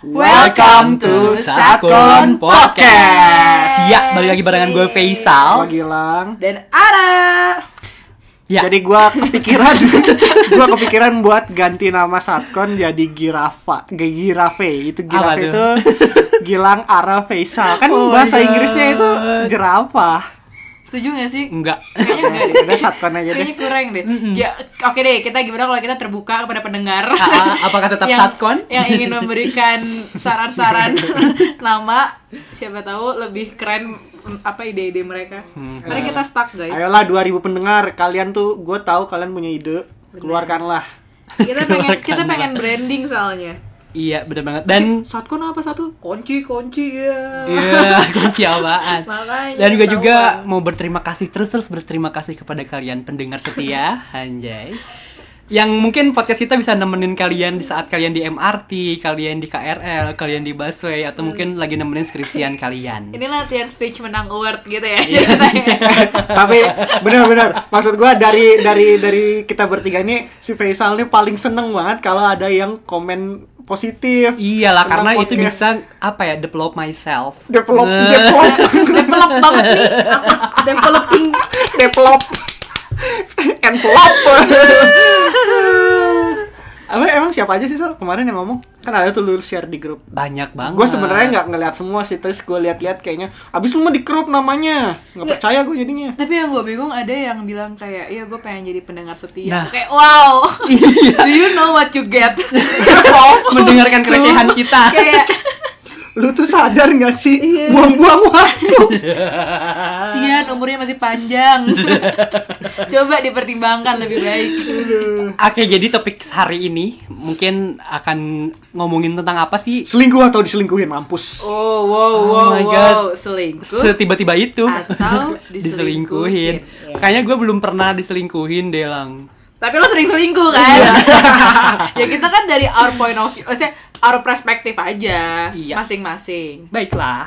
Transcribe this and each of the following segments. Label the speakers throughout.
Speaker 1: Welcome to Sakon Podcast.
Speaker 2: Ya, balik lagi barengan gue
Speaker 1: Gua
Speaker 2: Faisal.
Speaker 1: Gilang.
Speaker 3: dan Ara.
Speaker 2: Ya.
Speaker 1: Jadi gua kepikiran gua kepikiran buat ganti nama Satkon jadi Girafa, G- Girafe. Itu
Speaker 2: Apa
Speaker 1: Girafe
Speaker 2: tuh?
Speaker 1: itu Gilang Ara Faisal. Kan
Speaker 2: Oh my
Speaker 1: bahasa Inggrisnya itu
Speaker 2: God.
Speaker 1: jerapah.
Speaker 3: Setuju gak sih?
Speaker 2: Enggak.
Speaker 3: Kayaknya enggak deh.
Speaker 1: Udah Satkon aja Iya deh.
Speaker 3: Kayaknya kurang deh. Ya, oke deh, kita gimana kalau kita terbuka kepada pendengar?
Speaker 2: A- a- apakah tetap
Speaker 3: yang,
Speaker 2: Satkon?
Speaker 3: Yang ingin memberikan saran-saran nama siapa tahu lebih keren mm, apa ide-ide mereka.
Speaker 2: Hmm.
Speaker 3: Mari kita stuck, gitu, guys.
Speaker 1: Ayolah 2000 pendengar, kalian tuh gue tahu kalian punya ide, keluarkanlah.
Speaker 3: Kita pengen kita
Speaker 2: Keluarkan
Speaker 3: pengen branding soalnya.
Speaker 2: Iya, bener banget. Dan
Speaker 3: Satkon apa satu? Kunci, kunci ya.
Speaker 2: Iya, kunci apaan.
Speaker 3: Makanya,
Speaker 2: Dan juga juga
Speaker 3: ketahuan.
Speaker 2: mau berterima kasih terus-terus berterima kasih kepada kalian pendengar setia, anjay. Yang mungkin podcast kita bisa nemenin kalian di saat kalian di MRT, kalian di KRL, kalian di busway atau mungkin
Speaker 1: Hmm.
Speaker 2: lagi nemenin skripsian kalian.
Speaker 3: Ini latihan speech menang award gitu ya ceritanya.
Speaker 1: Tapi benar-benar maksud gua dari dari dari kita bertiga ini si Faisal ini paling seneng banget kalau ada yang komen positif.
Speaker 2: Iyalah karena
Speaker 1: tentang
Speaker 2: itu
Speaker 1: podcast.
Speaker 2: bisa apa ya develop myself.
Speaker 1: develop
Speaker 2: Eh.
Speaker 1: develop
Speaker 3: Develop banget nih. Apa? Developing.
Speaker 1: develop envelope. Apa emang siapa aja sih Sal kemarin yang ngomong? Kan ada tuh lu share di grup.
Speaker 2: Banyak banget.
Speaker 1: Gue sebenarnya nggak ngeliat semua sih, terus gue liat-liat kayaknya abis lu mah di crop namanya, nggak percaya gue jadinya.
Speaker 3: Tapi yang gue bingung ada yang bilang kayak, iya gue pengen jadi pendengar setia.
Speaker 2: Nah. Iya.
Speaker 3: Kayak wow. Do you know what you get?
Speaker 2: mendengarkan kelecehan kita.
Speaker 3: kayak
Speaker 1: Lu tuh sadar nggak sih buang-buang waktu?
Speaker 3: sian umurnya masih panjang. Coba dipertimbangkan lebih baik.
Speaker 2: Oke, jadi topik hari ini mungkin akan ngomongin tentang apa sih
Speaker 1: Selingkuh atau diselingkuhin mampus?
Speaker 3: Oh wow wow
Speaker 2: Oh my God.
Speaker 3: wow selingkuh.
Speaker 2: setiba-tiba itu
Speaker 3: Atau diselingkuhin.
Speaker 2: Kayaknya gue belum pernah diselingkuhin, Delang.
Speaker 3: Tapi lo sering selingkuh kan?
Speaker 2: Iya.
Speaker 3: ya kita kan dari our point of view, maksudnya our perspektif aja
Speaker 2: Iya.
Speaker 3: masing-masing.
Speaker 2: Baiklah.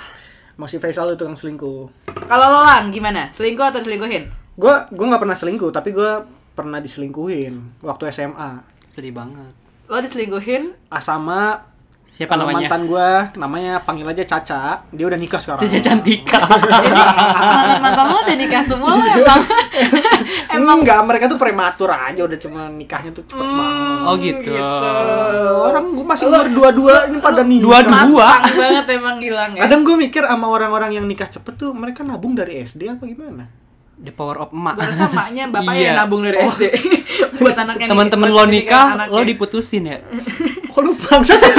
Speaker 1: Masih Faisal lu tukang selingkuh.
Speaker 3: Kalau lo lang gimana? Selingkuh atau selingkuhin?
Speaker 1: Gue gue nggak pernah selingkuh, tapi gue pernah diselingkuhin waktu SMA.
Speaker 2: Sedih banget.
Speaker 3: Lo diselingkuhin?
Speaker 1: Ah, sama
Speaker 2: Siapa
Speaker 1: Eh,
Speaker 2: namanya?
Speaker 1: Mantan gue namanya panggil aja Caca. Dia udah nikah sekarang.
Speaker 2: Caca Cantika.
Speaker 3: Jadi mantan-mantan lo udah nikah semua lo emang
Speaker 1: Emang enggak mereka tuh prematur aja udah cuma nikahnya tuh
Speaker 3: Hmm.
Speaker 1: cepet banget.
Speaker 2: Oh gitu.
Speaker 1: Eh, orang gue masih umur dua-dua ini pada nikah.
Speaker 2: Dua-dua.
Speaker 3: Matang banget emang hilang ya.
Speaker 1: Kadang gue mikir sama orang-orang yang nikah cepet tuh mereka nabung dari SD apa gimana?
Speaker 2: The power of emak.
Speaker 3: Gue rasa emaknya bapaknya
Speaker 2: Iya.
Speaker 3: yang nabung dari SD buat anaknya nih,
Speaker 2: Teman-teman
Speaker 3: buat
Speaker 2: lo
Speaker 3: pendidikan
Speaker 2: nikah,
Speaker 3: anaknya.
Speaker 2: lo diputusin ya.
Speaker 1: Kok lu bangsa sih?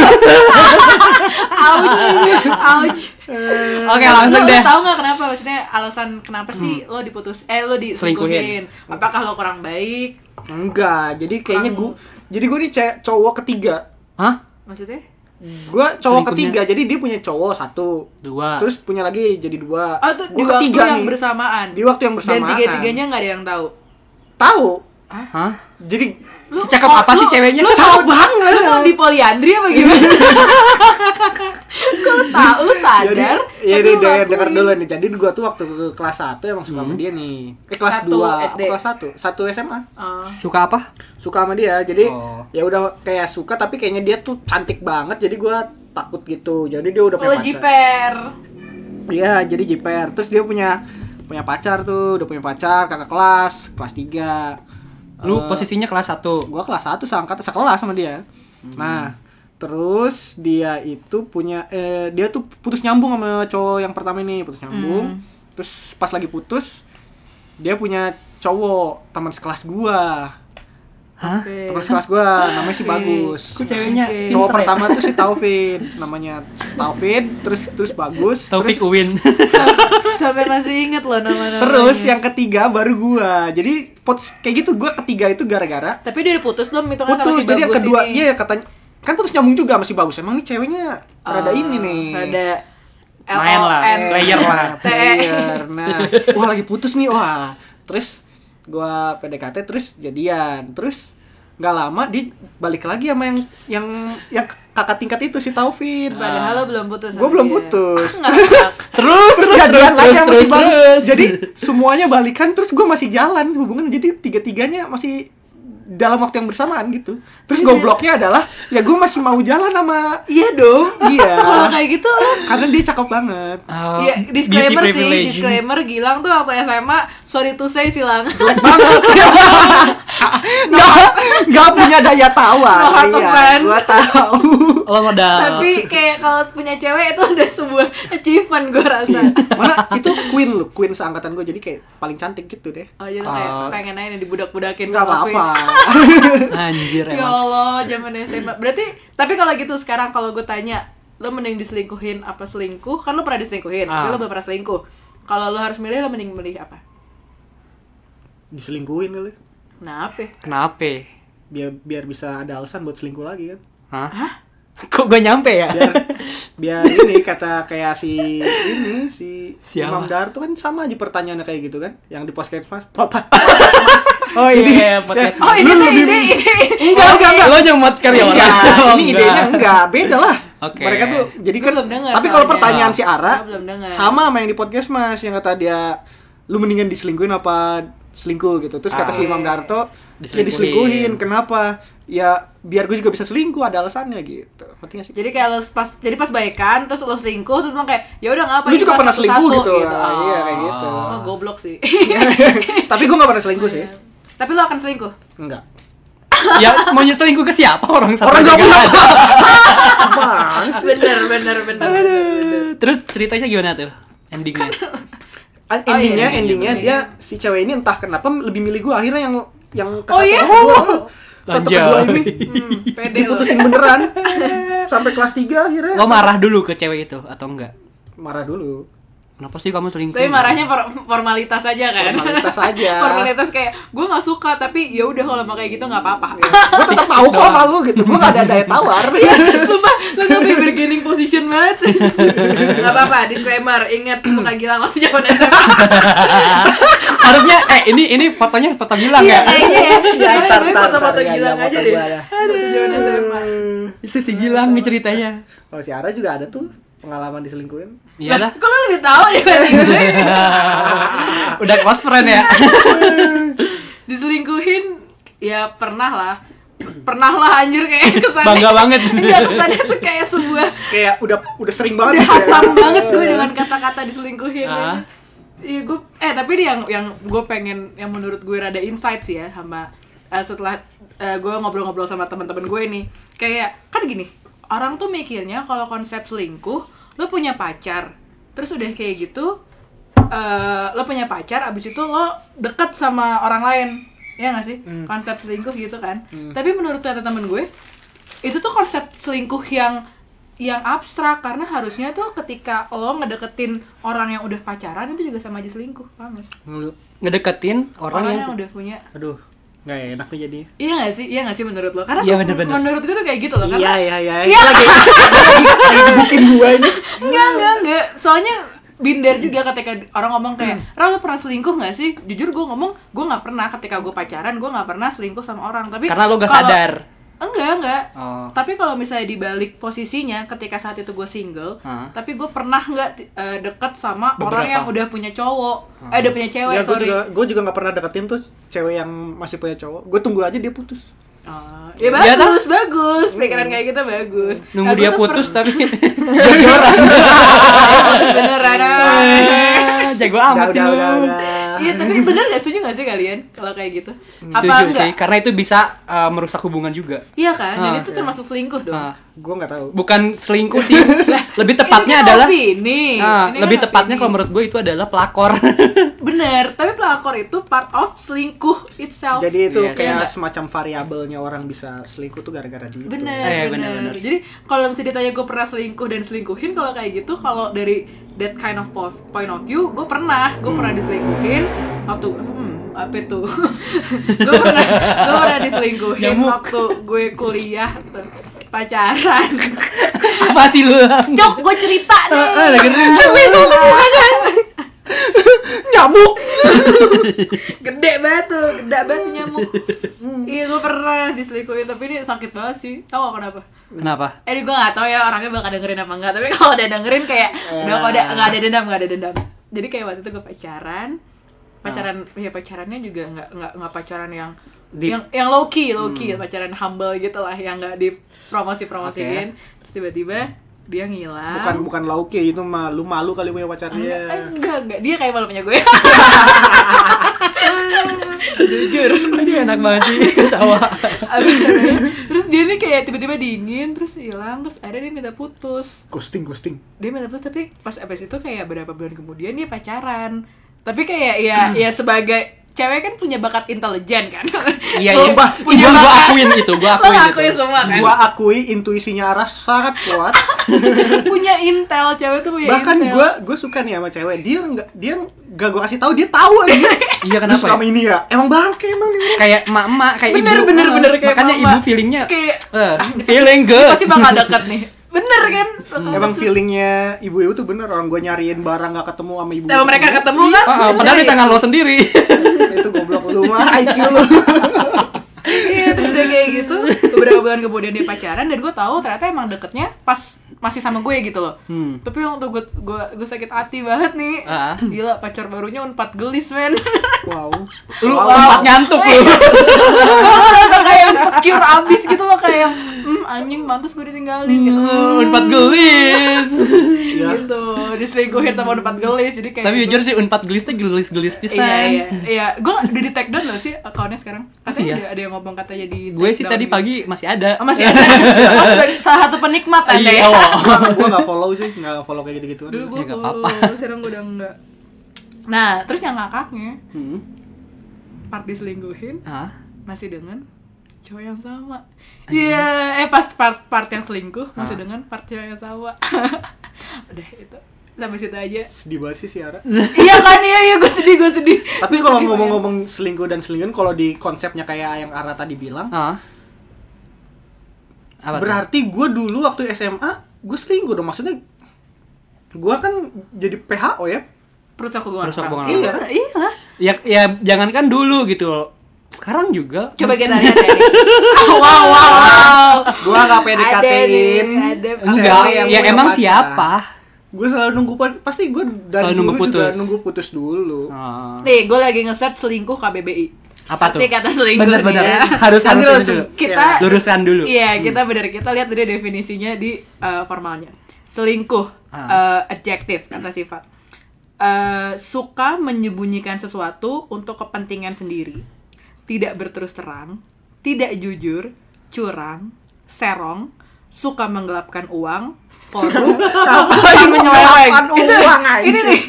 Speaker 3: Ouch, ouch.
Speaker 2: Oke, langsung
Speaker 3: Lo-
Speaker 2: deh. Hmm.
Speaker 3: Lo tau gak kenapa? Maksudnya alasan kenapa sih lo diputus? Eh lo diselingkuhin? Apakah lo kurang baik?
Speaker 1: Enggak, jadi kayaknya gue jadi gue nih ce- cowok ketiga.
Speaker 2: Hah?
Speaker 3: Maksudnya? Hmm.
Speaker 1: Gue cowok
Speaker 2: Selingkuhnya.
Speaker 1: ketiga, jadi dia punya cowok satu.
Speaker 2: Dua.
Speaker 1: Terus punya lagi jadi dua.
Speaker 3: Oh itu di
Speaker 1: Gua
Speaker 3: waktu
Speaker 1: ketiga
Speaker 3: yang
Speaker 1: nih.
Speaker 3: bersamaan.
Speaker 1: Di waktu yang bersamaan.
Speaker 3: Dan tiga-tiganya nggak ada yang tahu.
Speaker 1: Tahu.
Speaker 2: Hah?
Speaker 1: Jadi
Speaker 2: Secakep
Speaker 3: oh,
Speaker 2: apa sih
Speaker 3: lu-
Speaker 2: ceweknya?
Speaker 3: lu-
Speaker 1: cakep banget.
Speaker 3: Lu mau di poliandri apa gimana? Kau tahu lu
Speaker 1: Jadi,
Speaker 3: sadar?
Speaker 1: ya
Speaker 3: tapi
Speaker 1: deh,
Speaker 3: lu
Speaker 1: deh,
Speaker 3: ngakuin.
Speaker 1: denger dulu nih. Jadi gua tuh waktu ke kelas 1 emang suka sama dia nih. Eh
Speaker 3: Hmm.
Speaker 1: kelas
Speaker 3: Satu
Speaker 1: 2,
Speaker 3: SD.
Speaker 1: kelas 1, 1 SMA.
Speaker 3: Oh.
Speaker 2: Suka apa?
Speaker 1: Suka sama dia. Jadi
Speaker 2: Oh.
Speaker 1: ya udah kayak suka tapi kayaknya dia tuh cantik banget. Jadi gua takut gitu. Jadi dia udah
Speaker 3: Kalau
Speaker 1: punya
Speaker 3: Oh,
Speaker 1: pacar.
Speaker 3: jiper.
Speaker 1: Iya, jadi jiper. Terus dia punya punya pacar tuh, udah punya pacar kakak kelas, kelas 3.
Speaker 2: Lu posisinya kelas 1.
Speaker 1: gua kelas 1 seangkatan sekelas sama dia.
Speaker 2: Hmm.
Speaker 1: Nah, terus dia itu punya eh, dia tuh putus nyambung sama cowok yang pertama ini, putus
Speaker 2: Hmm.
Speaker 1: nyambung. Terus pas lagi putus dia punya cowok teman sekelas gua.
Speaker 2: Hah?
Speaker 3: Oke.
Speaker 1: Teman sekelas gua namanya si
Speaker 3: Oke.
Speaker 1: Bagus.
Speaker 2: Eh. Kok ceweknya
Speaker 3: Oke.
Speaker 2: pinter
Speaker 1: Cowok
Speaker 2: ya?
Speaker 1: pertama tuh si Taufin namanya Taufin, terus terus Bagus,
Speaker 2: Taufik
Speaker 1: terus
Speaker 2: Uwin.
Speaker 3: Sampai masih inget loh nama-namanya.
Speaker 1: terus yang ketiga baru gua. Jadi pots- kayak gitu gua ketiga itu gara-gara
Speaker 3: Tapi dia udah putus belum hitungan sama
Speaker 1: putus
Speaker 3: si
Speaker 1: jadi yang
Speaker 3: Bagus
Speaker 1: kedua
Speaker 3: ini.
Speaker 1: iya katanya kan putus nyambung juga masih bagus emang nih ceweknya
Speaker 3: Oh,
Speaker 1: rada ini nih
Speaker 3: Rada
Speaker 2: Main lah,
Speaker 3: LON.
Speaker 2: player lah.
Speaker 1: Nah, player nah wah lagi putus nih wah terus gua PDKT terus jadian terus nggak lama dia balik lagi sama yang yang yang kakak tingkat itu si Taufin
Speaker 3: Ah. Padahal lo belum putus.
Speaker 1: Gua
Speaker 3: sama
Speaker 1: belum
Speaker 3: dia.
Speaker 1: putus.
Speaker 3: Ngakak.
Speaker 2: terus
Speaker 1: terus jadian lagi sama si Bagus. jadi semuanya balikan terus gua masih jalan hubungan jadi tiga tiganya masih dalam waktu yang bersamaan gitu terus gobloknya adalah ya gue masih mau jalan sama
Speaker 3: Iya dong.
Speaker 1: dia
Speaker 3: Kalau kayak gitu lo
Speaker 1: karena dia cakep banget
Speaker 2: Oh,
Speaker 3: Iya,
Speaker 2: beauty
Speaker 3: disclaimer sih,
Speaker 2: Oh, privilege.
Speaker 3: disclaimer Gilang tuh waktu SMA, sorry to say silang.
Speaker 1: Ah, nggak nggak punya daya tawar
Speaker 3: No hard
Speaker 1: iya
Speaker 3: offense.
Speaker 1: gue tahu
Speaker 2: Lo
Speaker 1: Eh.
Speaker 2: modal.
Speaker 3: Tapi kayak kalau punya cewek itu udah sebuah achievement gue rasa.
Speaker 1: mana itu queen lu queen seangkatan gue jadi kayak paling cantik gitu deh
Speaker 3: Oh jadi kayak
Speaker 2: Ah.
Speaker 3: pengen aja dibudak-budakin
Speaker 1: nggak
Speaker 3: sama Queen.
Speaker 1: apa-apa
Speaker 2: Anjir
Speaker 3: Ya
Speaker 2: emang.
Speaker 3: Allah, zaman SMA. Berarti tapi kalau gitu sekarang kalau gue tanya, lo mending diselingkuhin apa selingkuh? Kan lo pernah diselingkuhin, tapi
Speaker 2: Ah.
Speaker 3: lo belum pernah selingkuh. Kalau lo harus milih, lo mending milih apa?
Speaker 1: diselingkuhin kali
Speaker 3: Kenapa?
Speaker 2: Kenapa?
Speaker 1: biar biar bisa ada alasan buat selingkuh lagi kan
Speaker 2: Hah? Kok gue nyampe ya?
Speaker 1: biar biar ini kata kayak si ini si
Speaker 2: Siapa?
Speaker 1: Imam Dar tuh kan sama aja pertanyaannya kayak gitu kan yang di podcast mas papa
Speaker 2: Oh iya, iya, podcast.
Speaker 3: Oh ini
Speaker 1: Lo
Speaker 3: tuh
Speaker 1: Nah, lebih-
Speaker 3: ini ini.
Speaker 1: enggak enggak enggak
Speaker 2: Lo nyemot
Speaker 3: Iya.
Speaker 2: karyawan.
Speaker 1: Enggak,
Speaker 2: Oh,
Speaker 1: Iya. ini idenya enggak beda lah
Speaker 2: Oke.
Speaker 1: mereka tuh jadi
Speaker 3: Gua
Speaker 1: kan
Speaker 3: belum dengar
Speaker 1: tapi kalau
Speaker 3: soalnya.
Speaker 1: pertanyaan si
Speaker 3: Gua
Speaker 1: Ara
Speaker 3: belum dengar.
Speaker 1: sama sama yang di podcast mas yang kata dia lu mendingan diselingkuhin apa selingkuh gitu terus kata
Speaker 2: Ah.
Speaker 1: si Imam Darto ya
Speaker 2: Diselingkuhin.
Speaker 1: diselingkuhin kenapa ya biar gue juga bisa selingkuh ada alasannya gitu ngerti gak sih
Speaker 3: Jadi kayak lo pas jadi pas baikan terus lo selingkuh terus bilang kayak ya udah ngapain?
Speaker 1: lu juga pernah selingkuh gitu, Ah, iya kayak gitu
Speaker 3: Oh, goblok sih.
Speaker 1: tapi gue gak pernah selingkuh sih
Speaker 3: Tapi lo akan selingkuh.
Speaker 1: enggak
Speaker 2: ya mau nyelingkuh ke siapa orang sama
Speaker 1: Orang
Speaker 2: dia
Speaker 1: gak punya
Speaker 2: nggak ada.
Speaker 1: Apaan sih?
Speaker 3: Bener bener bener.
Speaker 2: Aduh. Terus ceritanya gimana tuh? Endingnya?
Speaker 1: An-
Speaker 3: Oh, iya,
Speaker 1: Ah, endingnya
Speaker 3: iya,
Speaker 1: endingnya
Speaker 3: iya.
Speaker 1: dia si cewek ini entah kenapa lebih milih gue akhirnya yang yang ke
Speaker 3: Oh, iya?
Speaker 1: kedua satu
Speaker 2: Lanjut.
Speaker 1: kedua ini
Speaker 3: Hmm, pede lo.
Speaker 1: diputusin beneran sampai kelas 3 akhirnya
Speaker 2: Lo marah dulu ke cewek itu atau enggak?
Speaker 1: marah dulu
Speaker 2: Kenapa sih kamu selingkuh?
Speaker 3: Tapi marahnya for- formalitas aja kan.
Speaker 1: Formalitas aja.
Speaker 3: formalitas kayak gue nggak suka tapi ya udah kalau mau kayak gitu nggak apa-apa.
Speaker 1: gue tetap tahu kok sama lu gitu gue gak ada daya tawar
Speaker 3: Sumpah, lu tuh kayak bargaining position banget Gak apa-apa, disclaimer Ingat, bukan Gilang waktu zaman SMA
Speaker 2: Harusnya eh ini ini fotonya foto bilang ya.
Speaker 3: Iya, kayaknya ya Soalnya
Speaker 1: ntar,
Speaker 3: gue
Speaker 1: ntar,
Speaker 3: foto-foto
Speaker 1: ntar, iya,
Speaker 3: Gilang
Speaker 1: iya,
Speaker 3: aja
Speaker 1: foto
Speaker 3: deh
Speaker 1: gua ada.
Speaker 3: Aduh, zaman SMA
Speaker 1: Hmm.
Speaker 2: Itu si Gilang nih ceritanya.
Speaker 1: kalau si Ara juga ada tuh pengalaman diselingkuhin
Speaker 2: Iya lah.
Speaker 3: Kok lu lebih ya? tau dibanding gue?
Speaker 2: Udah close friend ya.
Speaker 3: Diselingkuhin, ya pernah lah Pernah lah anjir kayak kesannya
Speaker 2: Bangga banget.
Speaker 3: Enggak, kesannya tuh kayak sebual
Speaker 1: kayak udah udah sering
Speaker 3: Udah
Speaker 1: banget gitu ya.
Speaker 3: hatam banget gue dengan kata-kata diselingkuhin
Speaker 2: Ah.
Speaker 3: Iya gue eh tapi dia yang yang gue pengen yang menurut gue rada insight sih ya sama eh, setelah eh, gue ngobrol-ngobrol sama teman-teman gue nih kayak kan gini orang tuh mikirnya kalau konsep selingkuh lo punya pacar terus udah kayak gitu eh, lo punya pacar abis itu lo deket sama orang lain ya nggak sih
Speaker 1: Hmm.
Speaker 3: konsep selingkuh gitu kan tapi menurut kata temen gue itu tuh konsep selingkuh yang yang abstrak karena harusnya tuh ketika lo ngedeketin orang yang udah pacaran itu juga sama aja selingkuh paham nggak sih?
Speaker 2: Ngedeketin
Speaker 3: orang,
Speaker 2: orang,
Speaker 3: yang,
Speaker 2: yang
Speaker 3: udah punya
Speaker 1: aduh nggak enak nih jadi
Speaker 3: iya nggak sih iya nggak sih menurut lo karena
Speaker 2: Iya, bener-bener.
Speaker 3: menurut gue tuh kayak gitu loh karena
Speaker 1: iya iya iya Ini lagi lagi dibukin gua ini
Speaker 3: Enggak, enggak, enggak. Soalnya binder juga ketika orang ngomong kayak,
Speaker 2: Hmm.
Speaker 3: Ra lu pernah selingkuh gak sih? Jujur gue ngomong, gue gak pernah ketika gue pacaran, gue gak pernah selingkuh sama orang Tapi
Speaker 2: Karena lo nggak
Speaker 3: kalau-
Speaker 2: sadar.
Speaker 3: Enggak, enggak
Speaker 2: Oh.
Speaker 3: Tapi kalau misalnya dibalik posisinya ketika saat itu gue single
Speaker 2: Hah?
Speaker 3: Tapi gue pernah gak eh, deket sama
Speaker 2: Beberapa.
Speaker 3: orang yang udah punya cowok Eh, udah punya cewek,
Speaker 1: ya
Speaker 2: Iya,
Speaker 1: gue
Speaker 3: sorry
Speaker 1: juga gue juga nggak pernah deketin tuh cewek yang masih punya cowok gue tunggu aja dia putus
Speaker 3: Oh, ya
Speaker 2: Iya, toh?
Speaker 3: bagus, bagus Pikiran kayak gitu bagus
Speaker 2: nunggu
Speaker 3: Nah, gua
Speaker 2: dia
Speaker 3: tuh
Speaker 2: putus
Speaker 3: pernah-
Speaker 2: tapi
Speaker 3: Beneran ah.
Speaker 2: Eh, jago amat sih lu.
Speaker 3: Iya, tapi bener gak setuju gak sih kalian kalau kayak gitu? Apa
Speaker 2: Setuju
Speaker 3: enggak?
Speaker 2: sih karena itu bisa eh, merusak hubungan juga.
Speaker 3: Iya kan? Dan
Speaker 2: Ah,
Speaker 3: itu termasuk selingkuh dong.
Speaker 2: Ah,
Speaker 1: gue nggak tahu
Speaker 2: bukan selingkuh sih. lebih tepatnya
Speaker 3: Ini kan
Speaker 2: adalah
Speaker 3: opini.
Speaker 2: Ah,
Speaker 3: Ini kan
Speaker 2: lebih tepatnya
Speaker 3: opini.
Speaker 2: kalau menurut gue itu adalah pelakor.
Speaker 3: bener, tapi pelakor itu part of selingkuh itself.
Speaker 1: jadi itu
Speaker 2: Iya sih.
Speaker 1: kayak
Speaker 3: Iya.
Speaker 1: semacam variabelnya orang bisa selingkuh tuh gara-gara dia
Speaker 3: bener,
Speaker 2: Eh, bener,
Speaker 3: bener.
Speaker 2: bener.
Speaker 3: Jadi kalau misalnya ditanya gue pernah selingkuh dan selingkuhin kalau kayak gitu kalau dari that kind of po- point of view gue pernah
Speaker 2: Hmm.
Speaker 3: gue pernah diselingkuhin waktu hmm, apa itu gue pernah gue pernah diselingkuhin
Speaker 2: Nyamuk.
Speaker 3: waktu gue kuliah tuh, pacaran
Speaker 2: Apa sih lu?
Speaker 3: Cok, gue cerita nih.
Speaker 2: Eh, eh, lagi ngomong.
Speaker 3: kan.
Speaker 1: nyamuk
Speaker 3: Gede banget tuh, gede banget tuh nyamuk. Iya, gue pernah diselingkuhin, tapi ini sakit banget sih. Tau gak kenapa?
Speaker 2: Kenapa?
Speaker 3: Eh, gue gak tau ya orangnya bakal dengerin apa enggak, tapi kalau udah dengerin kayak udah
Speaker 1: Eh.
Speaker 3: udah nggak ada dendam, nggak ada dendam. Jadi kayak waktu itu gue pacaran, pacaran, ya pacarannya juga nggak nggak nggak pacaran yang
Speaker 2: Di-
Speaker 3: yang yang low key low key pacaran humble gitu lah yang nggak dipromosi promosiin terus tiba-tiba dia ngilang
Speaker 1: bukan iya. bukan lauke itu mah lu malu kali punya pacar
Speaker 3: enggak, eh,
Speaker 1: dia
Speaker 3: enggak enggak dia kayak malu punya gue jujur
Speaker 2: Aduh enak banget sih ketawa.
Speaker 3: Abis itu, terus dia nih kayak tiba-tiba dingin terus hilang terus akhirnya dia minta putus
Speaker 1: ghosting ghosting
Speaker 3: dia minta putus tapi pas abis itu kayak berapa bulan kemudian dia pacaran tapi kayak ya ya sebagai cewek kan punya bakat intelijen kan
Speaker 2: Iya iya.
Speaker 1: Sumpah,
Speaker 2: Gua gua akuin itu, gua
Speaker 3: Lo
Speaker 2: akuin
Speaker 3: ngakuin
Speaker 2: itu.
Speaker 3: semua kan
Speaker 1: gua akui intuisinya Aras sangat kuat
Speaker 3: punya intel cewek tuh punya
Speaker 1: bahkan
Speaker 3: intel
Speaker 1: gua gue suka nih sama cewek dia nggak dia nggak gua kasih tahu dia tahu aja
Speaker 2: Iya
Speaker 1: Lu
Speaker 2: kenapa?
Speaker 1: suka sama
Speaker 2: ya?
Speaker 1: ini ya emang bangke emang nih
Speaker 2: Kayak emak-emak kayak
Speaker 3: bener
Speaker 2: ibu.
Speaker 3: bener bener kayak
Speaker 2: Makanya
Speaker 3: mama.
Speaker 2: ibu feelingnya
Speaker 3: kayak
Speaker 2: eh,
Speaker 3: ah, ini
Speaker 2: feeling
Speaker 3: pasti-
Speaker 2: good.
Speaker 3: pasti bakal deket nih bener kan
Speaker 1: Emang feelingnya ibu-ibu tuh bener orang gue nyariin barang gak ketemu sama ibu.
Speaker 3: kalau mereka ketemu kan
Speaker 2: Ah, ah, padahal di tangan lo sendiri.
Speaker 1: itu goblok lu mah IQ lu.
Speaker 3: iya terus udah kayak gitu beberapa bulan kemudian dia pacaran dan gue tahu ternyata emang deketnya pas masih sama gue gitu loh
Speaker 2: Hmm.
Speaker 3: tapi waktu gue gue gue sakit hati banget nih
Speaker 2: Ah.
Speaker 3: gila pacar barunya unpad gelis men
Speaker 1: Wow.
Speaker 2: Lu
Speaker 1: Wow.
Speaker 2: empat nyantuk lu.
Speaker 3: Iya. Rasa kayak insecure abis gitu loh kayak hmm anjing mantus gue ditinggalin gitu
Speaker 2: Hmm, Unpad gelis.
Speaker 1: Ya.
Speaker 3: gitu diselingkuhin sama unpad gelis jadi kayak
Speaker 2: Tapi
Speaker 3: gitu.
Speaker 2: jujur sih unpad gelisnya gelis-gelis pisan.
Speaker 3: Iya, iya, iya. Gue udah di take down loh sih akunnya sekarang. Katanya
Speaker 2: Iya.
Speaker 3: ada, ada yang ngomong katanya di
Speaker 2: Gue
Speaker 3: take
Speaker 2: sih
Speaker 3: down
Speaker 2: tadi
Speaker 3: gitu.
Speaker 2: pagi masih ada.
Speaker 3: Oh, masih ada. Oh, sebagai salah satu penikmat ada
Speaker 2: Iya,
Speaker 3: ya.
Speaker 2: oh.
Speaker 1: gue gak follow sih, gak follow kayak gitu-gitu.
Speaker 3: Dulu gue
Speaker 2: Ya, nggak
Speaker 3: follow, sekarang gue udah enggak. Nah, terus yang ngakaknya
Speaker 2: Hmm.
Speaker 3: part diselingkuhin
Speaker 2: Ah.
Speaker 3: masih dengan cowok yang sama. Iya, eh pas part part yang selingkuh masih
Speaker 2: Ah.
Speaker 3: dengan part cowok yang sama. udah itu sampai situ aja.
Speaker 1: Sedih banget sih Siara.
Speaker 3: iya kan, iya iya gue sedih, gue sedih.
Speaker 1: Tapi
Speaker 3: Gua
Speaker 1: kalau
Speaker 3: sedih banget.
Speaker 1: ngomong-ngomong selingkuh dan selingkuh, kalau di konsepnya kayak yang Ara tadi bilang,
Speaker 2: Ah. Apa tuh?
Speaker 1: berarti gue dulu waktu SMA gue selingkuh dong. Maksudnya gue kan jadi PHO ya.
Speaker 3: perusak hubungan
Speaker 2: Perusak
Speaker 3: orang.
Speaker 2: hubungan
Speaker 3: Iya,
Speaker 1: orang.
Speaker 3: iya lah.
Speaker 2: Ya ya jangankan dulu gitu. loh. Sekarang juga.
Speaker 3: Coba kita lihat ya. nih. wow, wow, wow.
Speaker 1: Gue gak
Speaker 3: Ada nih,
Speaker 1: PDKT-in.
Speaker 3: ada
Speaker 2: Enggak,
Speaker 1: cewek yang
Speaker 2: ya
Speaker 1: punya
Speaker 2: emang
Speaker 1: pacar.
Speaker 2: siapa?
Speaker 1: Gue selalu nunggu, pa- pasti gue dari
Speaker 2: Selalu nunggu
Speaker 1: dulu juga
Speaker 2: putus.
Speaker 1: nunggu putus dulu.
Speaker 2: Ah.
Speaker 3: Nih, gue lagi nge-search selingkuh KBBI.
Speaker 2: Apa tuh?
Speaker 3: Arti kata selingkuh
Speaker 2: Bener
Speaker 3: nih
Speaker 2: bener.
Speaker 3: ya.
Speaker 2: Harus harus
Speaker 1: Nanti
Speaker 2: ini
Speaker 1: langsung-
Speaker 2: dulu.
Speaker 3: Kita
Speaker 1: Ya,
Speaker 2: Luruskan dulu.
Speaker 3: Iya, kita bener kita lihat dari definisinya di eh, formalnya. Selingkuh
Speaker 2: Ah.
Speaker 3: eh, adjective kata sifat. Eh, suka menyembunyikan sesuatu untuk kepentingan sendiri. Tidak berterus terang, tidak jujur, curang, serong, suka menggelapkan uang, korup, suka menyeleweng.
Speaker 1: menggelapkan
Speaker 3: Itu-
Speaker 1: uang,
Speaker 3: Iya. Ini
Speaker 1: anjing.
Speaker 3: nih,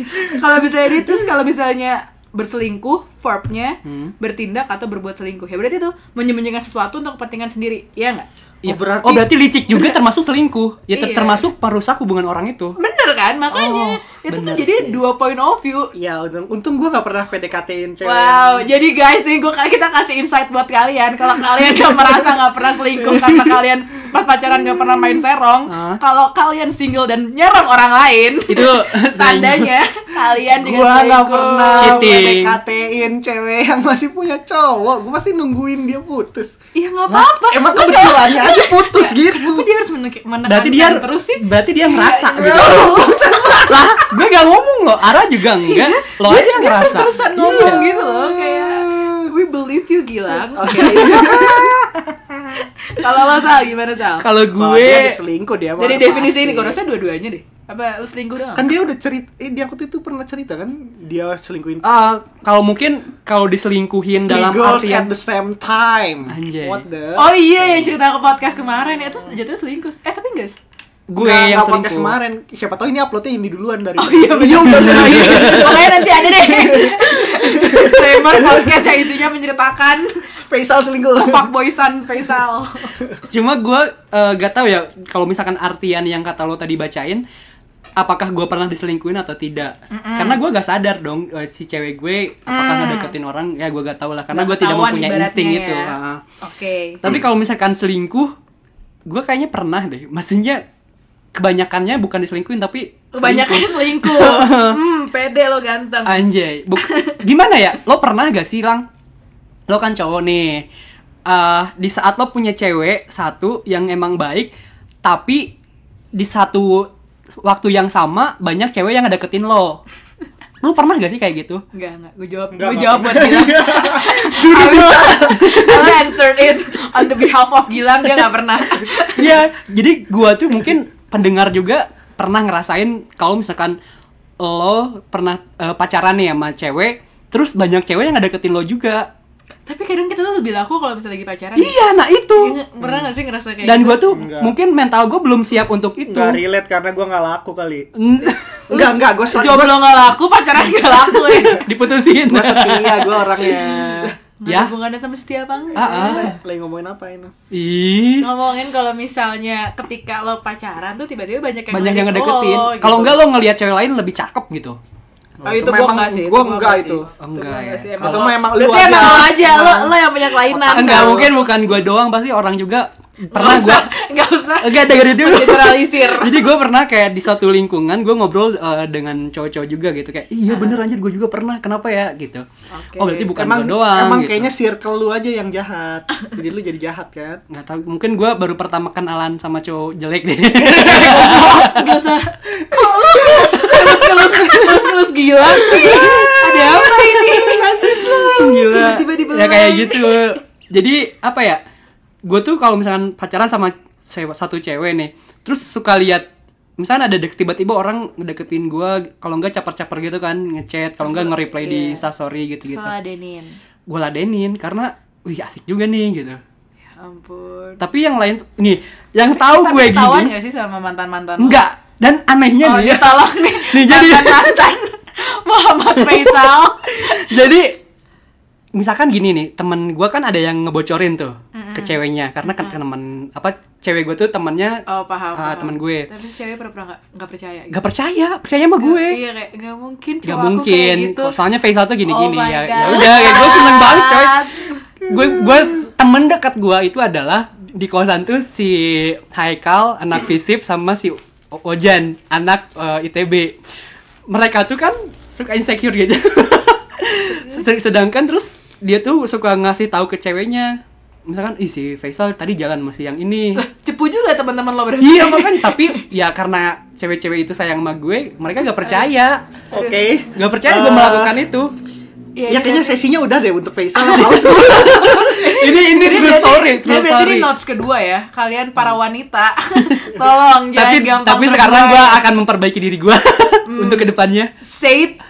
Speaker 3: kalau misalnya dia terus kalau misalnya berselingkuh verbnya
Speaker 2: Hmm.
Speaker 3: bertindak atau berbuat selingkuh ya berarti itu menyembunyikan sesuatu untuk kepentingan sendiri ya nggak
Speaker 2: Iya.
Speaker 1: Oh, berarti-
Speaker 2: Oh, berarti licik juga termasuk selingkuh. Ya ter-
Speaker 3: Iya.
Speaker 2: termasuk perusak hubungan orang itu.
Speaker 3: bener kan makanya
Speaker 2: Oh,
Speaker 3: itu tuh
Speaker 2: bener
Speaker 3: jadi
Speaker 2: sih.
Speaker 3: dua point of view
Speaker 1: Ya untung, untung gue gak pernah PDKT-in cewek.
Speaker 3: Wow, jadi guys nih gua kita kasih insight buat kalian kalau kalian yang merasa nggak pernah selingkuh karena kalian pas pacaran nggak pernah main serong,
Speaker 2: Hah?
Speaker 3: kalau kalian single dan nyerang orang lain,
Speaker 2: Itu
Speaker 3: Iya. tandanya kalian juga
Speaker 1: gua nggak
Speaker 3: selingkuh.
Speaker 1: pernah
Speaker 2: Cheating.
Speaker 1: PDKT-in cewek yang masih punya cowok gua pasti nungguin dia putus
Speaker 3: Iya nggak apa-apa.
Speaker 1: emang kebetulannya aja putus
Speaker 3: Tapi
Speaker 1: gitu
Speaker 3: dia harus menek- menekankan
Speaker 2: berarti dia
Speaker 3: terus sih.
Speaker 2: berarti dia ngerasa
Speaker 3: Iya,
Speaker 2: gitu. lah, gue gak ngomong loh, Ara juga enggak. Lo aja yang
Speaker 3: Iya. dia
Speaker 2: ngerasa. Iya.
Speaker 3: terus-terusan ngomong gitu loh kayak we believe you Gilang.
Speaker 1: oke
Speaker 3: Kalau lo Sal gimana Sal?
Speaker 2: Kalau
Speaker 1: Wah,
Speaker 2: gue
Speaker 1: dia ada selingkuh dia
Speaker 3: Dari
Speaker 1: mah,
Speaker 3: definisi
Speaker 1: pasti.
Speaker 3: ini gue rasa dua-duanya deh. Apa lu selingkuh doang?
Speaker 1: kan dia udah cerita eh, dia waktu itu pernah cerita kan dia selingkuhin
Speaker 2: eh, kalau mungkin kalau diselingkuhin
Speaker 1: three
Speaker 2: dalam
Speaker 1: girls at
Speaker 2: artian
Speaker 1: the same time
Speaker 2: Anjay.
Speaker 1: what the
Speaker 3: Oh iya yang cerita ke podcast kemarin itu jatuhnya selingkuh. Eh tapi enggak. sih?
Speaker 2: gue
Speaker 1: Nggak-
Speaker 2: yang
Speaker 1: nggak podcast
Speaker 2: selingkuh.
Speaker 1: kemarin siapa tahu ini uploadnya ini duluan dari
Speaker 3: Oh iya bener.
Speaker 1: udah udah,
Speaker 3: Oh,
Speaker 1: udah.
Speaker 3: iya. Makanya nanti ada deh. Disclaimer podcast yang isinya menceritakan
Speaker 1: Faisal selingkuh
Speaker 3: fuckboysan Faisal.
Speaker 2: Cuma gue gak tahu ya kalau misalkan artian yang kata lo tadi bacain apakah gue pernah diselingkuhin atau tidak karena gue gak sadar dong eh, si cewek gue apakah ngedeketin orang ya gue gak tahu lah karena gue tidak
Speaker 3: Mm. Ketahuan
Speaker 2: mempunyai
Speaker 3: ibaratnya
Speaker 2: insting
Speaker 3: ya.
Speaker 2: itu Heeh.
Speaker 3: Oke.
Speaker 2: tapi kalau misalkan selingkuh gue kayaknya pernah deh maksudnya kebanyakannya bukan diselingkuhin tapi
Speaker 3: Kebanyakan
Speaker 2: selingkuh.
Speaker 3: selingkuh. Hmm, pede lo ganteng.
Speaker 2: Anjay, Buk- gimana ya? Lo pernah gak sih, Lang? Lo kan cowok nih. Eh, di saat lo punya cewek satu yang emang baik, tapi di satu waktu yang sama banyak cewek yang ngedeketin lo. Lu pernah gak sih kayak gitu?
Speaker 3: Enggak, enggak. Gue jawab,
Speaker 1: Nggak,
Speaker 3: gue
Speaker 1: nggak.
Speaker 3: jawab buat Gilang.
Speaker 1: Juru bicara.
Speaker 3: Karena answered it on the behalf of Gilang dia nggak pernah.
Speaker 2: Iya, jadi gua tuh mungkin pendengar juga pernah ngerasain kalau misalkan lo pernah eh, pacaran nih sama cewek, terus banyak cewek yang deketin lo juga.
Speaker 3: Tapi kadang kita tuh lebih laku kalau misalnya lagi pacaran.
Speaker 2: Iya, nah
Speaker 3: Iya
Speaker 2: itu.
Speaker 3: nggak? Pernah nggak sih ngerasa kayak
Speaker 2: Dan
Speaker 3: gitu?
Speaker 2: gua tuh
Speaker 1: Enggak.
Speaker 2: mungkin mental gua belum siap untuk itu.
Speaker 1: Nggak relate karena gue nggak laku kali.
Speaker 3: Lu
Speaker 1: Enggak, enggak, gue
Speaker 3: jomblo nggak laku, pacaran nggak laku ya.
Speaker 2: Diputusin.
Speaker 1: Gue setia, gue orangnya.
Speaker 3: Nggak
Speaker 2: Ya.
Speaker 3: ada hubungannya sama setia apa enggak?
Speaker 2: Ah, ah.
Speaker 1: Lagi ngomongin apa ini?
Speaker 2: Ih.
Speaker 3: Ngomongin kalau misalnya ketika lo pacaran tuh tiba-tiba banyak yang
Speaker 2: Banyak yang
Speaker 3: ngelirik
Speaker 2: ngedeketin.
Speaker 3: lo,
Speaker 2: Kalau
Speaker 3: gitu.
Speaker 2: enggak lo ngelihat cewek lain lebih cakep gitu.
Speaker 3: Oh, itu gua enggak sih.
Speaker 1: Gue enggak itu.
Speaker 2: Enggak ya.
Speaker 1: Atau
Speaker 3: Atau memang
Speaker 1: memang
Speaker 3: lo
Speaker 1: lu
Speaker 3: Berarti
Speaker 1: aja.
Speaker 3: emang lo aja, lo
Speaker 1: Emang.
Speaker 3: lo yang punya kelainan.
Speaker 2: Enggak,
Speaker 1: tahu.
Speaker 2: mungkin bukan gua doang, pasti orang juga pernah
Speaker 3: usah,
Speaker 2: gua
Speaker 3: enggak usah.
Speaker 2: Enggak dengerin dulu.
Speaker 3: Generalisir.
Speaker 2: Jadi gue pernah kayak di suatu lingkungan gue ngobrol eh, dengan cowok-cowok juga gitu kayak iya bener anjir gue juga pernah kenapa ya gitu.
Speaker 3: Ah. Oke.
Speaker 2: Oh berarti bukan
Speaker 1: emang
Speaker 2: gue doang.
Speaker 1: emang
Speaker 2: gitu.
Speaker 1: kayaknya circle lu aja yang jahat. Jadi lu jadi jahat kan?
Speaker 2: nggak tahu mungkin gue baru pertama kenalan sama cowok jelek deh. Iya.
Speaker 3: Enggak usah. Kok lo kelus-kelus kelus-kelus gila sih? Ada apa ini?
Speaker 2: Gila.
Speaker 3: Tiba-tiba dibelain.
Speaker 2: ya kayak gitu. Jadi apa ya? Gue tuh kalau misalkan pacaran sama cewek- satu cewek nih, terus suka lihat misalnya ada dek- tiba-tiba orang deketin gue kalau nggak caper-caper gitu kan ngechat kalau nggak nge-reply di
Speaker 3: Iya.
Speaker 2: instastory gitu-gitu
Speaker 3: Seladenin.
Speaker 2: gue ladenin karena wih asik juga nih gitu
Speaker 3: Ya ampun.
Speaker 2: tapi yang lain nih yang tahu
Speaker 3: Tapi
Speaker 2: gue
Speaker 3: ketahuan
Speaker 2: gini
Speaker 3: nggak sih sama mantan-mantan lo?
Speaker 2: enggak dan anehnya
Speaker 3: Oh,
Speaker 2: nih
Speaker 3: dia tolong nih.
Speaker 2: Nih, jadi-
Speaker 3: mantan Muhammad Faisal.
Speaker 2: jadi misalkan gini nih temen gue kan ada yang ngebocorin tuh ke ceweknya karena kan temen apa cewek gue tuh temennya
Speaker 3: Oh, paham.
Speaker 2: Ah,
Speaker 3: paham.
Speaker 2: teman gue.
Speaker 3: Tapi si cewek pernah nggak percaya gitu.
Speaker 2: nggak percaya percaya sama gue
Speaker 3: Iya kayak nggak mungkin
Speaker 2: nggak
Speaker 3: cowok aku
Speaker 2: mungkin
Speaker 3: kayak gitu.
Speaker 2: soalnya Faisal tuh gini-gini
Speaker 3: Oh my
Speaker 2: ya
Speaker 3: God.
Speaker 2: ya udah ya gue seneng banget coy gue gue temen dekat gue itu adalah di kosan tuh si Haikal anak Fisip sama si O- Ojan anak eh, ITB mereka tuh kan suka insecure gitu Sed- sedangkan terus dia tuh suka ngasih tahu ke ceweknya misalkan ih si Faisal tadi jalan masih yang ini
Speaker 3: Lah, cepu juga teman-teman lo berarti.
Speaker 2: iya makanya tapi ya karena cewek-cewek itu sayang sama gue mereka nggak percaya
Speaker 1: Oke.
Speaker 2: nggak percaya gue
Speaker 1: Eh,
Speaker 2: melakukan itu
Speaker 3: Iya,
Speaker 1: Ya
Speaker 3: iya,
Speaker 1: kayaknya
Speaker 3: iya.
Speaker 1: sesinya udah deh untuk Faisal Males
Speaker 2: ini ini
Speaker 3: Jadi
Speaker 2: true
Speaker 3: berarti-
Speaker 2: story
Speaker 3: jadi
Speaker 2: true
Speaker 3: berarti
Speaker 2: story Hmm.
Speaker 3: ini notes kedua ya. Kalian para wanita, tolong jangan
Speaker 2: tapi
Speaker 3: gampang
Speaker 2: tapi
Speaker 3: terbuai.
Speaker 2: sekarang gue akan memperbaiki diri gue
Speaker 3: Hmm.
Speaker 2: untuk kedepannya
Speaker 3: Said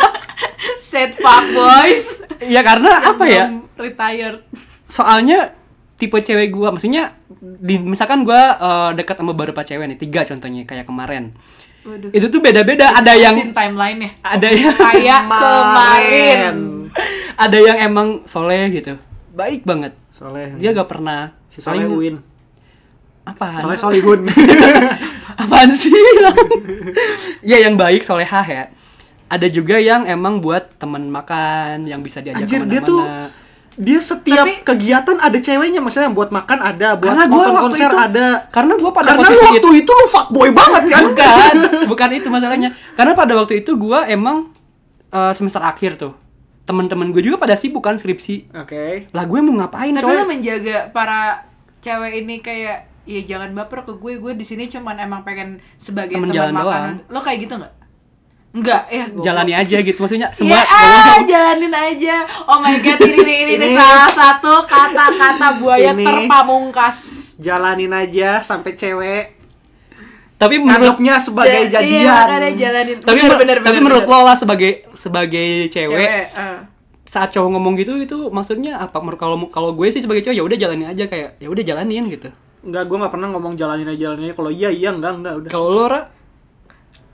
Speaker 3: Said fuck boys.
Speaker 2: ya karena apa ya
Speaker 3: Belum Retired.
Speaker 2: soalnya tipe cewek gue maksudnya di, misalkan gue dekat sama beberapa cewek nih tiga contohnya kayak kemarin
Speaker 3: Waduh.
Speaker 2: itu tuh beda-beda ada yang
Speaker 3: Sin timeline ya.
Speaker 2: ada yang
Speaker 3: Kayak kemarin.
Speaker 2: ada yang emang soleh gitu baik banget
Speaker 1: Soleh.
Speaker 2: dia
Speaker 3: Hmm.
Speaker 2: gak pernah
Speaker 1: si Soleh Win.
Speaker 2: apa
Speaker 1: Soleh Solihun.
Speaker 2: Apaan sih? Lang? ya yang baik solehah ya. Ada juga yang emang buat teman makan, yang bisa diajak
Speaker 1: Anjir dia
Speaker 2: kemana-mana.
Speaker 1: tuh dia setiap
Speaker 3: Tapi-
Speaker 1: kegiatan ada ceweknya maksudnya buat makan ada, buat
Speaker 2: Karena gua
Speaker 1: nonton
Speaker 2: waktu
Speaker 1: konser
Speaker 2: itu-
Speaker 1: ada.
Speaker 2: karena gua pada
Speaker 1: Karena lu
Speaker 2: posisi
Speaker 1: waktu itu lu fuckboy banget kan?
Speaker 2: bukan, bukan itu masalahnya. Karena pada waktu itu gua emang eh, semester akhir tuh. Teman-teman gue juga pada sibuk kan skripsi.
Speaker 1: Oke.
Speaker 2: Lah gue mau ngapain
Speaker 3: Tapi
Speaker 2: coy?
Speaker 3: lo menjaga para cewek ini kayak ya jangan baper ke gue, gue di sini cuman emang pengen sebagai
Speaker 2: Temen
Speaker 3: teman
Speaker 2: jalan
Speaker 3: makan. Lo kayak gitu nggak? Enggak, ya. goblok.
Speaker 2: Jalani aja gitu maksudnya
Speaker 3: Iya,
Speaker 2: semua
Speaker 3: ah, jalanin aja. Oh my god, ini ini ini, ini
Speaker 1: Ini-
Speaker 3: salah satu kata-kata buaya
Speaker 1: Ini-
Speaker 3: terpamungkas.
Speaker 1: Jalanin aja sampai cewek
Speaker 2: Tapi menurut
Speaker 1: nganggapnya sebagai
Speaker 3: Ja- iya, makanya
Speaker 1: jadian.
Speaker 3: jalanin.
Speaker 2: tapi
Speaker 3: Bener,
Speaker 2: mer-
Speaker 3: bener,
Speaker 2: tapi
Speaker 3: bener,
Speaker 2: menurut
Speaker 3: bener.
Speaker 2: lo lah sebagai sebagai
Speaker 3: cewek,
Speaker 2: cewek
Speaker 3: eh.
Speaker 2: saat cowok ngomong gitu itu maksudnya apa Menurut- kalau kalau gue sih sebagai cowok ya udah jalanin aja kayak ya udah jalanin gitu
Speaker 1: Enggak, gua nggak pernah ngomong jalanin aja jalanin aja. Kalau iya iya enggak enggak udah.
Speaker 2: kalau lo Ra?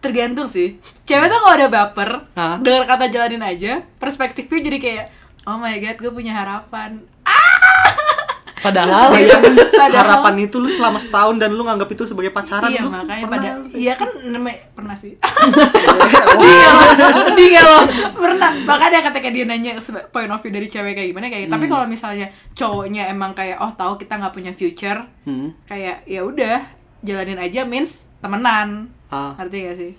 Speaker 3: tergantung sih. Cewek tuh kalau udah baper,
Speaker 2: Hah?
Speaker 3: dengar kata jalanin aja, perspektifnya jadi kayak oh my god, gue punya harapan.
Speaker 2: padahal
Speaker 3: Iya, padahal-
Speaker 1: Harapan itu lu selama setahun dan lu nganggap itu sebagai pacaran
Speaker 3: Iya
Speaker 1: lu
Speaker 3: makanya
Speaker 1: pernah-
Speaker 3: pada iya kan namanya pernah sih.
Speaker 1: Oh,
Speaker 3: Sedih nggak lo? Sedih nggak lo? Pernah. Makanya ketika dia nanya seba- point of view dari cewek kayak gimana kayak.
Speaker 1: Hmm.
Speaker 3: Tapi kalau misalnya cowoknya emang kayak oh tahu kita nggak punya future,
Speaker 2: Hmm.
Speaker 3: kayak ya udah jalanin aja means temenan.
Speaker 2: Ah.
Speaker 3: Ngerti gak sih?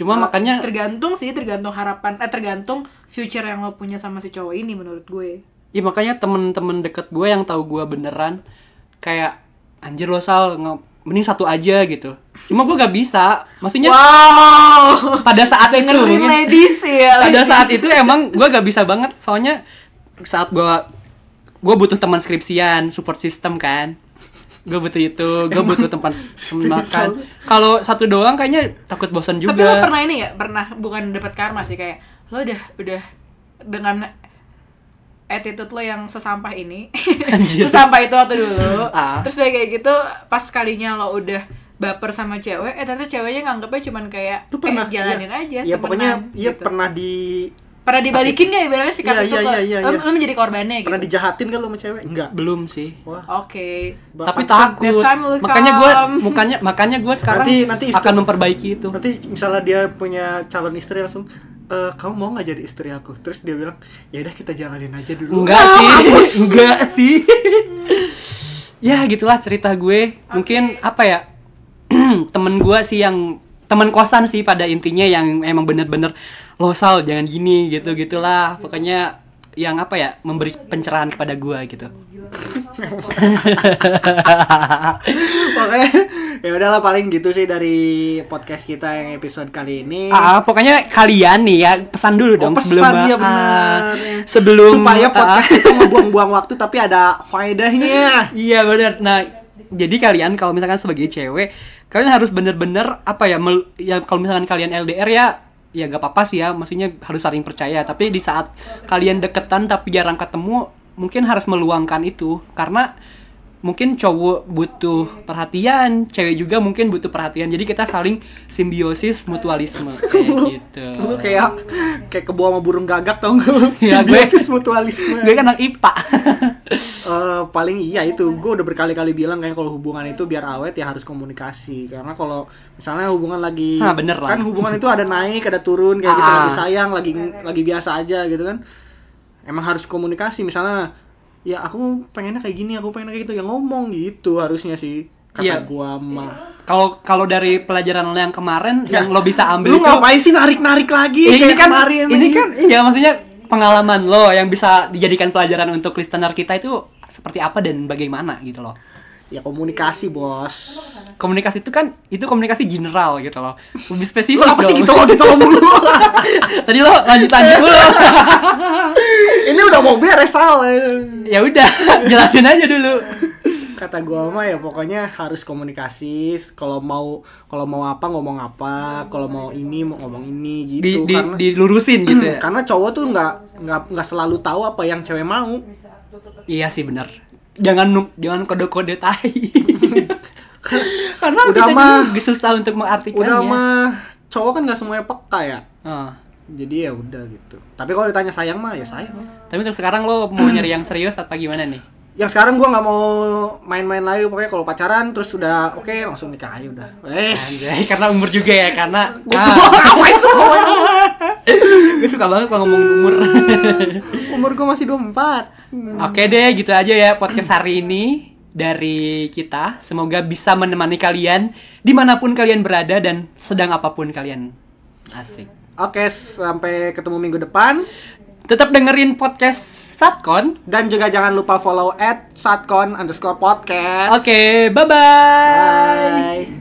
Speaker 2: cuma makanya
Speaker 3: tergantung sih, tergantung harapan, eh tergantung future yang lo punya sama si cowok ini menurut gue.
Speaker 2: ya makanya temen-temen deket gue yang tahu gue beneran kayak anjir lo sal nge- mending satu aja gitu cuma gue gak bisa maksudnya
Speaker 3: Wow.
Speaker 2: pada saat itu kan?
Speaker 3: Dengerin
Speaker 2: mungkin-
Speaker 3: ladies ya.
Speaker 2: pada
Speaker 3: ladies.
Speaker 2: saat itu emang gue gak bisa banget soalnya saat gue gue butuh teman skripsian support system kan gue butuh itu gue butuh tempat teman makan
Speaker 1: Spinsel.
Speaker 2: kalau satu doang kayaknya takut bosan juga
Speaker 3: Tapi lo pernah ini gak? Pernah bukan dapat karma sih kayak lo udah udah dengan attitude lo yang sesampah ini.
Speaker 2: Anjir.
Speaker 3: sesampah itu waktu dulu.
Speaker 2: Ah.
Speaker 3: Terus udah kayak gitu pas kalinya lo udah baper sama cewek, eh ternyata ceweknya nganggepnya cuman kayak
Speaker 1: Lu pernah
Speaker 3: eh, jalanin
Speaker 1: iya.
Speaker 3: aja
Speaker 1: Iya,
Speaker 3: temenan,
Speaker 1: pokoknya iya
Speaker 3: gitu.
Speaker 1: pernah di
Speaker 3: Pernah dibalikin gak ibaratnya sikap
Speaker 1: Iya,
Speaker 3: itu lo?
Speaker 1: iya, iya, iya,
Speaker 3: Lo-
Speaker 1: iya.
Speaker 3: lo menjadi korbannya gitu.
Speaker 1: pernah dijahatin kan lo sama cewek? Enggak.
Speaker 2: belum sih
Speaker 3: Oke.
Speaker 1: Wah. Bapak.
Speaker 2: tapi
Speaker 1: Bangsat,
Speaker 2: takut
Speaker 3: that time will
Speaker 2: makanya gue
Speaker 3: come.
Speaker 2: makanya makanya gue sekarang
Speaker 1: Nanti- nanti istri-
Speaker 2: akan memperbaiki itu
Speaker 1: Nanti misalnya dia punya calon istri langsung "Eh, kamu mau nggak jadi istri aku? Terus dia bilang, ya udah kita jalanin aja dulu.
Speaker 2: enggak sih enggak sih ya gitulah cerita gue mungkin apa ya temen gue sih yang temen kosan sih pada intinya yang emang bener-bener lo sal jangan gini gitu gitulah pokoknya yang apa ya memberi pencerahan kepada gue gitu
Speaker 1: Pokoknya ya udahlah paling gitu sih dari podcast kita yang episode kali ini.
Speaker 2: Ah, pokoknya kalian nih ya pesan dulu dong
Speaker 1: Oh,
Speaker 2: sebelum
Speaker 1: pesan ya
Speaker 2: ah,
Speaker 1: benar.
Speaker 2: sebelum
Speaker 1: supaya
Speaker 2: ah,
Speaker 1: podcast itu ngebuang-buang waktu tapi ada faedahnya.
Speaker 2: Iya benar. Nah, jadi kalian kalau misalkan sebagai cewek, kalian harus bener-bener apa ya? mel- ya kalau misalkan kalian LDR ya, ya gak apa-apa sih ya. Maksudnya harus saling percaya. Tapi di saat kalian deketan tapi jarang ketemu, mungkin harus meluangkan itu karena mungkin cowok butuh perhatian, cewek juga mungkin butuh perhatian. Jadi kita saling simbiosis mutualisme kayak gitu.
Speaker 1: Lu kayak kayak kebawa sama burung gagak tau gak lu?
Speaker 2: Iya, gue-
Speaker 1: Simbiosis mutualisme.
Speaker 2: Gue kan anak IPA.
Speaker 1: Eh, paling iya itu gue udah berkali-kali bilang kayak kalau hubungan itu biar awet ya harus komunikasi karena kalau misalnya hubungan lagi
Speaker 2: Ah, bener lah.
Speaker 1: kan hubungan itu ada naik ada turun kayak gitu
Speaker 2: Ah.
Speaker 1: lagi sayang lagi lagi biasa aja gitu kan emang harus komunikasi misalnya ya aku pengennya kayak gini aku pengennya kayak gitu ya ngomong gitu harusnya sih
Speaker 2: Iya.
Speaker 1: kata gua mah
Speaker 2: Kalau kalau dari pelajaran lo yang kemarin yang lo bisa ambil
Speaker 1: lu
Speaker 2: itu-
Speaker 1: ngapain sih narik-narik lagi
Speaker 2: Ya, ini
Speaker 1: Iya, kayak
Speaker 2: kan
Speaker 1: kemarin
Speaker 2: ini
Speaker 1: lagi?
Speaker 2: kan iya maksudnya pengalaman lo yang bisa dijadikan pelajaran untuk listener kita itu seperti apa dan bagaimana gitu loh
Speaker 1: ya komunikasi bos
Speaker 2: komunikasi itu kan itu komunikasi general gitu loh lebih
Speaker 1: lu
Speaker 2: spesifik
Speaker 1: apa sih
Speaker 2: dong.
Speaker 1: gitu gitu mulu
Speaker 2: tadi lo lanjut lanjut dulu
Speaker 1: ini udah mau beres Sal.
Speaker 2: ya udah jelasin aja dulu
Speaker 1: kata gua mah ya pokoknya harus komunikasi kalau mau kalau mau apa ngomong apa kalau mau ini mau ngomong ini
Speaker 2: di,
Speaker 1: gitu
Speaker 2: di-
Speaker 1: karena Kan-
Speaker 2: dilurusin gitu ya
Speaker 1: karena cowok tuh nggak nggak nggak selalu tahu apa yang cewek mau
Speaker 2: iya sih benar jangan nu- jangan kode kode tai karena kita
Speaker 1: Udah mah.
Speaker 2: juga susah untuk mengartikannya
Speaker 1: udah mah cowok kan nggak semuanya peka ya
Speaker 2: Ah.
Speaker 1: jadi ya udah gitu tapi kalau ditanya sayang mah ya sayang
Speaker 2: tapi untuk sekarang lo mau nyari yang serius apa gimana nih
Speaker 1: yang sekarang gua nggak mau main-main lagi pokoknya kalau pacaran terus udah oke langsung nikah aja udah wes
Speaker 2: Anjay, karena umur juga ya, karena
Speaker 1: Gua- ngapain sih ngomong?
Speaker 2: gue suka banget kalau ngomong umur.
Speaker 1: umur gua masih 24
Speaker 2: Oke deh, gitu aja ya podcast hari ini dari kita. Semoga bisa menemani kalian dimanapun kalian berada dan sedang apapun kalian. Asik.
Speaker 1: Oke, sampai ketemu minggu depan.
Speaker 2: Tetap dengerin podcast Satcon.
Speaker 1: Dan juga jangan lupa follow at satcon underscore podcast.
Speaker 2: Oke, bye-bye.
Speaker 1: Bye.